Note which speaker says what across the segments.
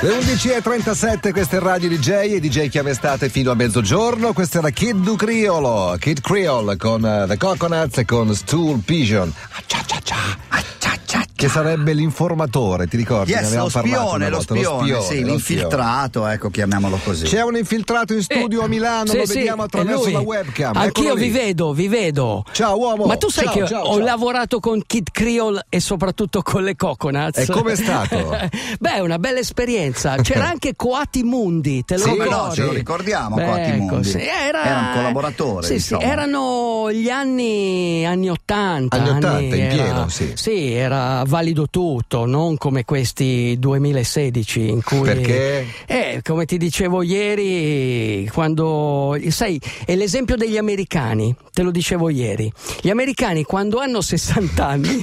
Speaker 1: Le 11.37, questa è Radio DJ e DJ Chiamestate fino a mezzogiorno. Questa era Kid Du Criolo, Kid Creole con eh, The Coconuts e con Stool Pigeon. Ah, cia, cia, cia. Che sarebbe l'informatore, ti ricordi? Ne
Speaker 2: Yes,
Speaker 1: avevamo
Speaker 2: lo
Speaker 1: parlato una
Speaker 2: spione, lo
Speaker 1: volta,
Speaker 2: spione,
Speaker 1: lo
Speaker 2: sì,
Speaker 1: lo
Speaker 2: l'infiltrato, ecco, chiamiamolo così.
Speaker 1: C'è un infiltrato in studio a Milano,
Speaker 3: Eh, Sì,
Speaker 1: lo
Speaker 3: sì,
Speaker 1: vediamo
Speaker 3: è
Speaker 1: attraverso
Speaker 3: lui.
Speaker 1: la webcam.
Speaker 3: Anch'io
Speaker 1: Eccolo
Speaker 3: vi
Speaker 1: lì.
Speaker 3: vedo, vi vedo.
Speaker 1: Ciao uomo.
Speaker 3: Ma tu sai
Speaker 1: Ciao,
Speaker 3: che
Speaker 1: ciao,
Speaker 3: ho
Speaker 1: ciao.
Speaker 3: lavorato con Kid Creole e soprattutto con le Coconuts.
Speaker 1: E com'è stato?
Speaker 3: Beh, è una bella esperienza. C'era anche Coati Mundi, te lo
Speaker 1: Sì,
Speaker 2: Come
Speaker 3: ricordi?
Speaker 2: no, ce lo ricordiamo
Speaker 3: Beh,
Speaker 2: Coati Mondi.
Speaker 3: sì, era...
Speaker 2: Era un collaboratore,
Speaker 3: Sì, sì,
Speaker 2: diciamo.
Speaker 3: erano gli anni, anni 80.
Speaker 1: Anni 80, in
Speaker 3: era-
Speaker 1: pieno, sì.
Speaker 3: era valido tutto, non come questi 2016 in cui...
Speaker 1: Perché?
Speaker 3: Eh, come ti dicevo ieri, quando. Sai, è l'esempio degli americani, te lo dicevo ieri. Gli americani quando hanno 60 anni.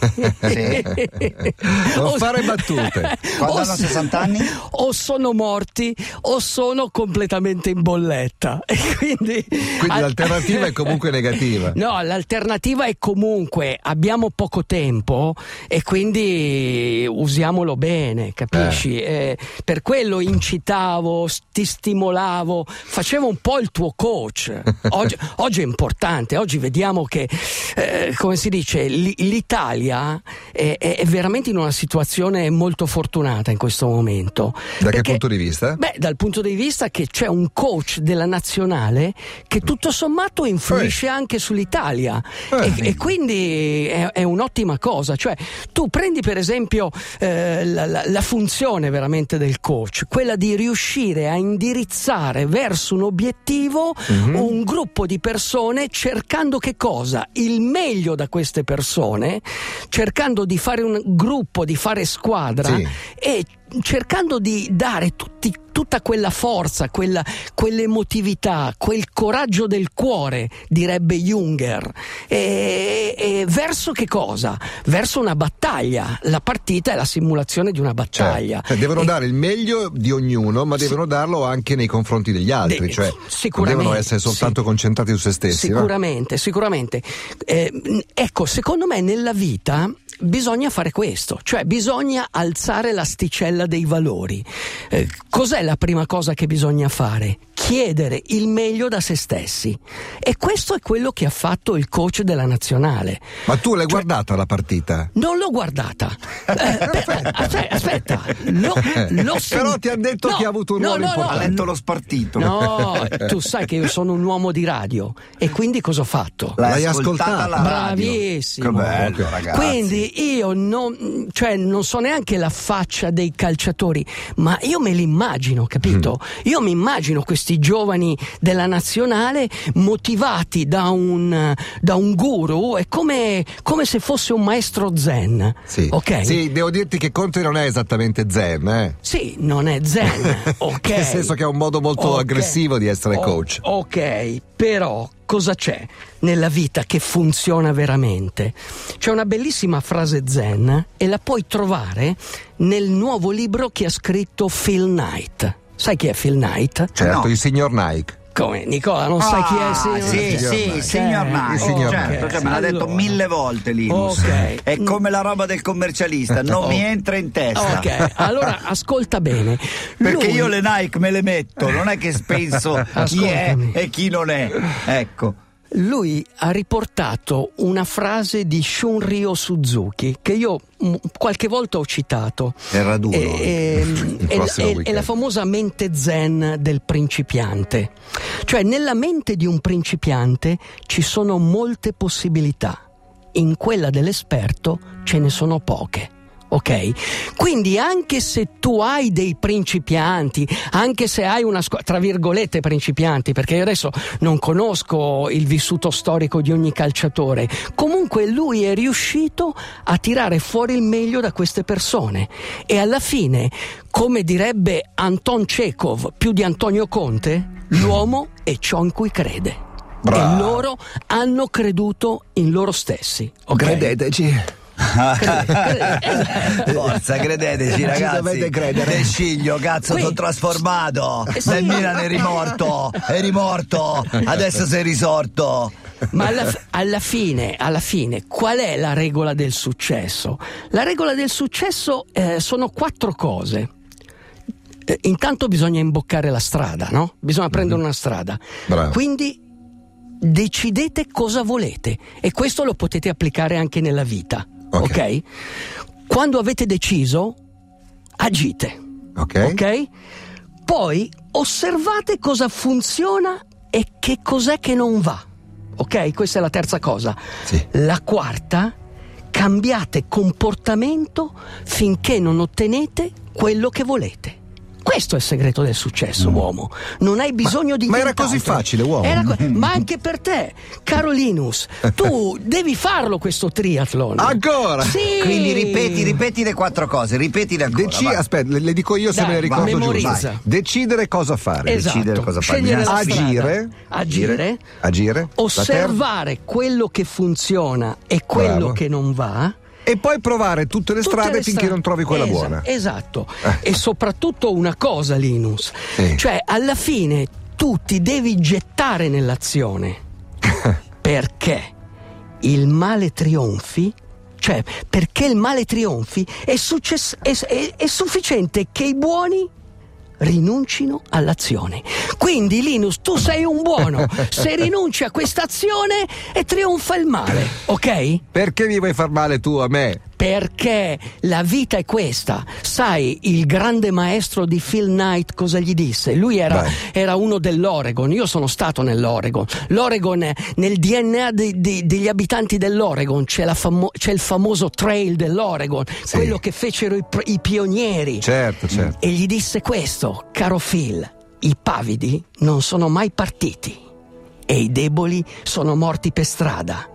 Speaker 1: Non
Speaker 3: o-
Speaker 1: fare battute.
Speaker 2: Quando
Speaker 3: o
Speaker 2: hanno
Speaker 3: s-
Speaker 2: 60 anni?
Speaker 3: O sono morti o sono completamente in bolletta. E quindi. Ah.
Speaker 1: Quindi l'alternativa è comunque negativa.
Speaker 3: No, l'alternativa è comunque abbiamo poco tempo e quindi usiamolo bene, capisci? Eh, per quello incitavo, s- ti stimolavo, facevo un po' il tuo coach. Oggi, oggi è importante, oggi vediamo che, eh, come si dice, l- l'Italia è, è- è veramente in una situazione molto fortunata in questo momento.
Speaker 1: Da che
Speaker 3: Perché-
Speaker 1: punto di vista?
Speaker 3: Beh, dal punto di vista che c'è un coach della nazionale che tutto sommato influisce anche sull'Italia
Speaker 1: Eh.
Speaker 3: E, e quindi è, è un'ottima cosa. Cioè, tu prendi per esempio eh, la, la- la funzione veramente del coach, quella di riuscire a indirizzare verso un obiettivo
Speaker 1: Mhm.
Speaker 3: un gruppo di persone cercando che cosa? Il meglio da queste persone, cercando di fare un gruppo, di fare squadra
Speaker 1: Sì.
Speaker 3: e cercando di dare tutti- tutta quella forza, quella, quell'emotività, quel coraggio del cuore, direbbe Junger, E- e verso che cosa? Verso una battaglia. La partita è la simulazione di una battaglia.
Speaker 1: Cioè, devono
Speaker 3: E-
Speaker 1: dare il meglio di ognuno, ma
Speaker 3: Sì.
Speaker 1: devono darlo anche nei confronti degli altri,
Speaker 3: De-
Speaker 1: cioè non
Speaker 3: sicuramente,
Speaker 1: devono essere soltanto
Speaker 3: sì.
Speaker 1: concentrati su se stessi. no?
Speaker 3: Sicuramente, sicuramente. Eh, mh, ecco, secondo me nella vita bisogna fare questo, cioè bisogna alzare l'asticella dei valori. Eh, cos'è la prima cosa che bisogna fare? Chiedere il meglio da se stessi. E questo è quello che ha fatto il coach della nazionale.
Speaker 1: Ma tu
Speaker 3: Cioè
Speaker 1: l'hai guardata la partita?
Speaker 3: Non l'ho guardata. Eh, aspetta, aspetta, aspetta. L'ho- l'ho sen-
Speaker 1: Però ti ha detto
Speaker 3: No,
Speaker 1: che ha avuto un
Speaker 3: no,
Speaker 1: ruolo
Speaker 3: no, no.
Speaker 2: Ha
Speaker 1: importante.
Speaker 2: letto lo spartito.
Speaker 3: No, tu sai che io sono un uomo di radio e quindi cosa ho fatto?
Speaker 1: L'hai ascoltata?
Speaker 2: alla radio.
Speaker 3: Bravissimo.
Speaker 2: Che bello,
Speaker 1: Ok.
Speaker 2: ragazzi.
Speaker 3: Quindi io non, cioè, non so neanche la faccia dei calciatori, ma io me li immagino, capito?
Speaker 1: Mm.
Speaker 3: Io mi immagino questi giovani della nazionale motivati da un, da un guru, è come, come se fosse un maestro zen.
Speaker 1: Sì.
Speaker 3: Ok?
Speaker 1: Sì, devo dirti che Conte non è esattamente zen, eh.
Speaker 3: Sì, non è zen, ok.
Speaker 1: Nel senso che è un modo molto
Speaker 3: Ok.
Speaker 1: aggressivo di essere
Speaker 3: O-
Speaker 1: coach.
Speaker 3: Ok, però cosa c'è nella vita che funziona veramente? C'è una bellissima frase zen e la puoi trovare nel nuovo libro che ha scritto Phil Knight. Sai chi è Phil Knight?
Speaker 1: Certo,
Speaker 2: No.
Speaker 1: il signor Nike.
Speaker 3: Come Nicola, non sai chi è?
Speaker 2: Ah, sì,
Speaker 1: signor
Speaker 2: sì,
Speaker 3: Eh,
Speaker 1: Nike.
Speaker 2: il signor Nike,
Speaker 1: Il signor
Speaker 2: certo,
Speaker 1: Nike.
Speaker 2: cioè, me l'ha detto
Speaker 3: Allora.
Speaker 2: mille volte Linus.
Speaker 3: Ok. Mm.
Speaker 2: È come la roba del commercialista, non
Speaker 3: Oh.
Speaker 2: mi entra in testa.
Speaker 3: Ok, allora ascolta bene.
Speaker 2: Perché
Speaker 3: Lui-
Speaker 2: io le Nike me le metto, non è che penso chi è
Speaker 3: Ascoltami.
Speaker 2: e chi non è. Ecco.
Speaker 3: Lui ha riportato una frase di Shunryo Suzuki che io mm, qualche volta ho citato.
Speaker 2: È raduno.
Speaker 3: E,
Speaker 1: Il
Speaker 3: e-
Speaker 1: prossimo
Speaker 3: e- e
Speaker 1: weekend.
Speaker 3: la famosa mente zen del principiante. Cioè, nella mente di un principiante ci sono molte possibilità, in quella dell'esperto ce ne sono poche. Ok? Quindi anche se tu hai dei principianti, anche se hai una scuola, tra virgolette principianti, perché io adesso non conosco il vissuto storico di ogni calciatore, comunque lui è riuscito a tirare fuori il meglio da queste persone e alla fine, come direbbe Anton Cekov più di Antonio Conte, l'uomo è ciò in cui crede.
Speaker 1: Bravo.
Speaker 3: E loro hanno creduto in loro stessi. ok?
Speaker 1: Credeteci.
Speaker 2: Forza, credeteci,
Speaker 1: Ci
Speaker 2: ragazzi.
Speaker 1: dovete credere.
Speaker 2: Del Sciglio, cazzo,
Speaker 3: Qui-
Speaker 2: sono trasformato.
Speaker 3: Eh sì.
Speaker 2: Nel Milan è rimorto, è rimorto. Adesso sei risorto.
Speaker 3: Ma alla, f- alla fine, alla fine, qual è la regola del successo? La regola del successo eh, sono quattro cose. Eh, intanto bisogna imboccare la strada, no? Bisogna prendere una strada.
Speaker 1: Mhm. Bravo.
Speaker 3: Quindi decidete cosa volete e questo lo potete applicare anche nella vita,
Speaker 1: Ok.
Speaker 3: ok? Quando avete deciso, agite.
Speaker 1: Ok?
Speaker 3: Ok? Poi osservate cosa funziona e che cos'è che non va. Ok? Questa è la terza cosa.
Speaker 1: Sì.
Speaker 3: La quarta, cambiate comportamento finché non ottenete quello che volete. Questo è il segreto del successo, uomo. Non hai bisogno di
Speaker 1: Mm. ma era
Speaker 3: nient'altro.
Speaker 1: così facile, uomo?
Speaker 3: Era co- ma anche per te, caro Linus, tu devi farlo questo triathlon.
Speaker 1: Ancora?
Speaker 3: Sì!
Speaker 2: Quindi ripeti, ripeti le quattro cose, ripetile ancora.
Speaker 1: Deci-
Speaker 2: vai.
Speaker 1: aspetta, le, le dico io se
Speaker 3: Dai,
Speaker 1: me le ricordo
Speaker 3: vai,
Speaker 1: giusto.
Speaker 3: memorizza.
Speaker 1: Vai. Decidere cosa fare.
Speaker 3: Esatto.
Speaker 2: decidere cosa fare.
Speaker 3: Scegliere la strada.
Speaker 1: Agire,
Speaker 3: agire,
Speaker 1: agire, la
Speaker 3: osservare quello che funziona e quello
Speaker 1: Bravo.
Speaker 3: che non va.
Speaker 1: E poi provare tutte le
Speaker 3: Tutte
Speaker 1: strade
Speaker 3: le
Speaker 1: finché
Speaker 3: strade.
Speaker 1: non trovi quella
Speaker 3: Esa-
Speaker 1: buona. Eh.
Speaker 3: Esatto. E soprattutto una cosa, Linus.
Speaker 1: Sì.
Speaker 3: Cioè, alla fine tu ti devi gettare nell'azione. perché il male trionfi, cioè perché il male trionfi, è, success- è- è- è sufficiente che i buoni rinuncino all'azione. Quindi Linus, tu sei un buono, se rinunci a questa azione e trionfa il male, ok?
Speaker 1: Perché mi vuoi far male tu a me?
Speaker 3: Perché la vita è questa. Sai, il grande maestro di Phil Knight cosa gli disse? Lui era,
Speaker 1: Vai.
Speaker 3: era uno dell'Oregon, io sono stato nell'Oregon. L'Oregon, è- nel DNA di- di- degli abitanti dell'Oregon c'è, la famo- c'è il famoso trail dell'Oregon,
Speaker 1: Sì.
Speaker 3: quello che fecero i, pr- i pionieri.
Speaker 1: Certo, certo.
Speaker 3: E gli disse questo, caro Phil, i pavidi non sono mai partiti e i deboli sono morti per strada.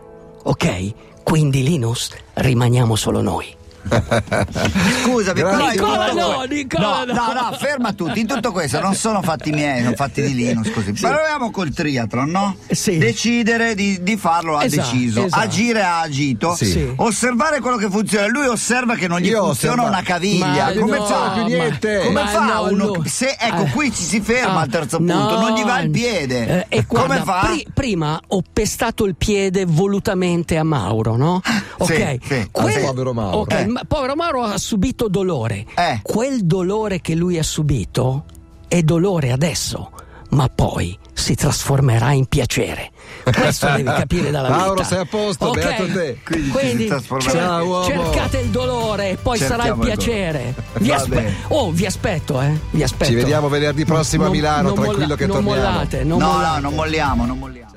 Speaker 3: Ok? Quindi Linus rimaniamo solo noi.
Speaker 2: Scusami, però in
Speaker 3: Nicola,
Speaker 2: tutto
Speaker 3: no,
Speaker 2: que- no,
Speaker 3: Nicola, no.
Speaker 2: no, no, ferma tutti. In tutto questo non sono fatti miei, sono fatti di Linus così. Proviamo col triathlon, no?
Speaker 3: Eh, Sì.
Speaker 2: Decidere di, di farlo ha
Speaker 3: Esatto,
Speaker 2: deciso,
Speaker 3: esatto.
Speaker 2: agire ha agito,
Speaker 1: Sì.
Speaker 3: Sì.
Speaker 2: osservare quello che funziona. Lui osserva che non gli
Speaker 1: Io ho
Speaker 2: funziona
Speaker 1: osservato.
Speaker 2: una caviglia.
Speaker 1: Ma
Speaker 2: come
Speaker 1: no,
Speaker 2: fa?
Speaker 1: più niente.
Speaker 2: Come
Speaker 1: Ma
Speaker 2: fa
Speaker 3: no,
Speaker 2: uno?
Speaker 3: lui-
Speaker 2: Se ecco
Speaker 3: Ah.
Speaker 2: qui ci si ferma
Speaker 3: Ah,
Speaker 2: al terzo
Speaker 3: no.
Speaker 2: punto, non gli va il piede.
Speaker 3: Eh, e guarda,
Speaker 2: come fa?
Speaker 3: pri- prima ho pestato il piede volutamente a Mauro, no? Ok.
Speaker 2: sì.
Speaker 1: Ah, povero Mauro.
Speaker 3: ok,
Speaker 2: Eh.
Speaker 3: ma povero Mauro ha subito dolore.
Speaker 2: Eh.
Speaker 3: Quel dolore che lui ha subito è dolore adesso, ma poi si trasformerà in piacere. Questo devi capire dalla
Speaker 1: Mauro,
Speaker 3: vita.
Speaker 1: sei a posto,
Speaker 3: Ok?
Speaker 1: beato te.
Speaker 2: Quindi ci si trasformerà.
Speaker 3: cer-
Speaker 1: Ciao, uomo.
Speaker 3: cercate il dolore, e poi sarà il
Speaker 2: Cerchiamo il
Speaker 3: piacere. Vi
Speaker 2: Va
Speaker 3: aspe-
Speaker 2: bene.
Speaker 3: oh, vi aspetto, eh. Vi aspetto.
Speaker 1: Ci vediamo venerdì prossimo a
Speaker 3: Non-
Speaker 1: Milano,
Speaker 3: non
Speaker 1: tranquillo
Speaker 3: molla-
Speaker 1: che
Speaker 3: non
Speaker 1: torniamo.
Speaker 3: mollate, non
Speaker 2: no,
Speaker 3: mollate.
Speaker 2: no, non molliamo, non molliamo.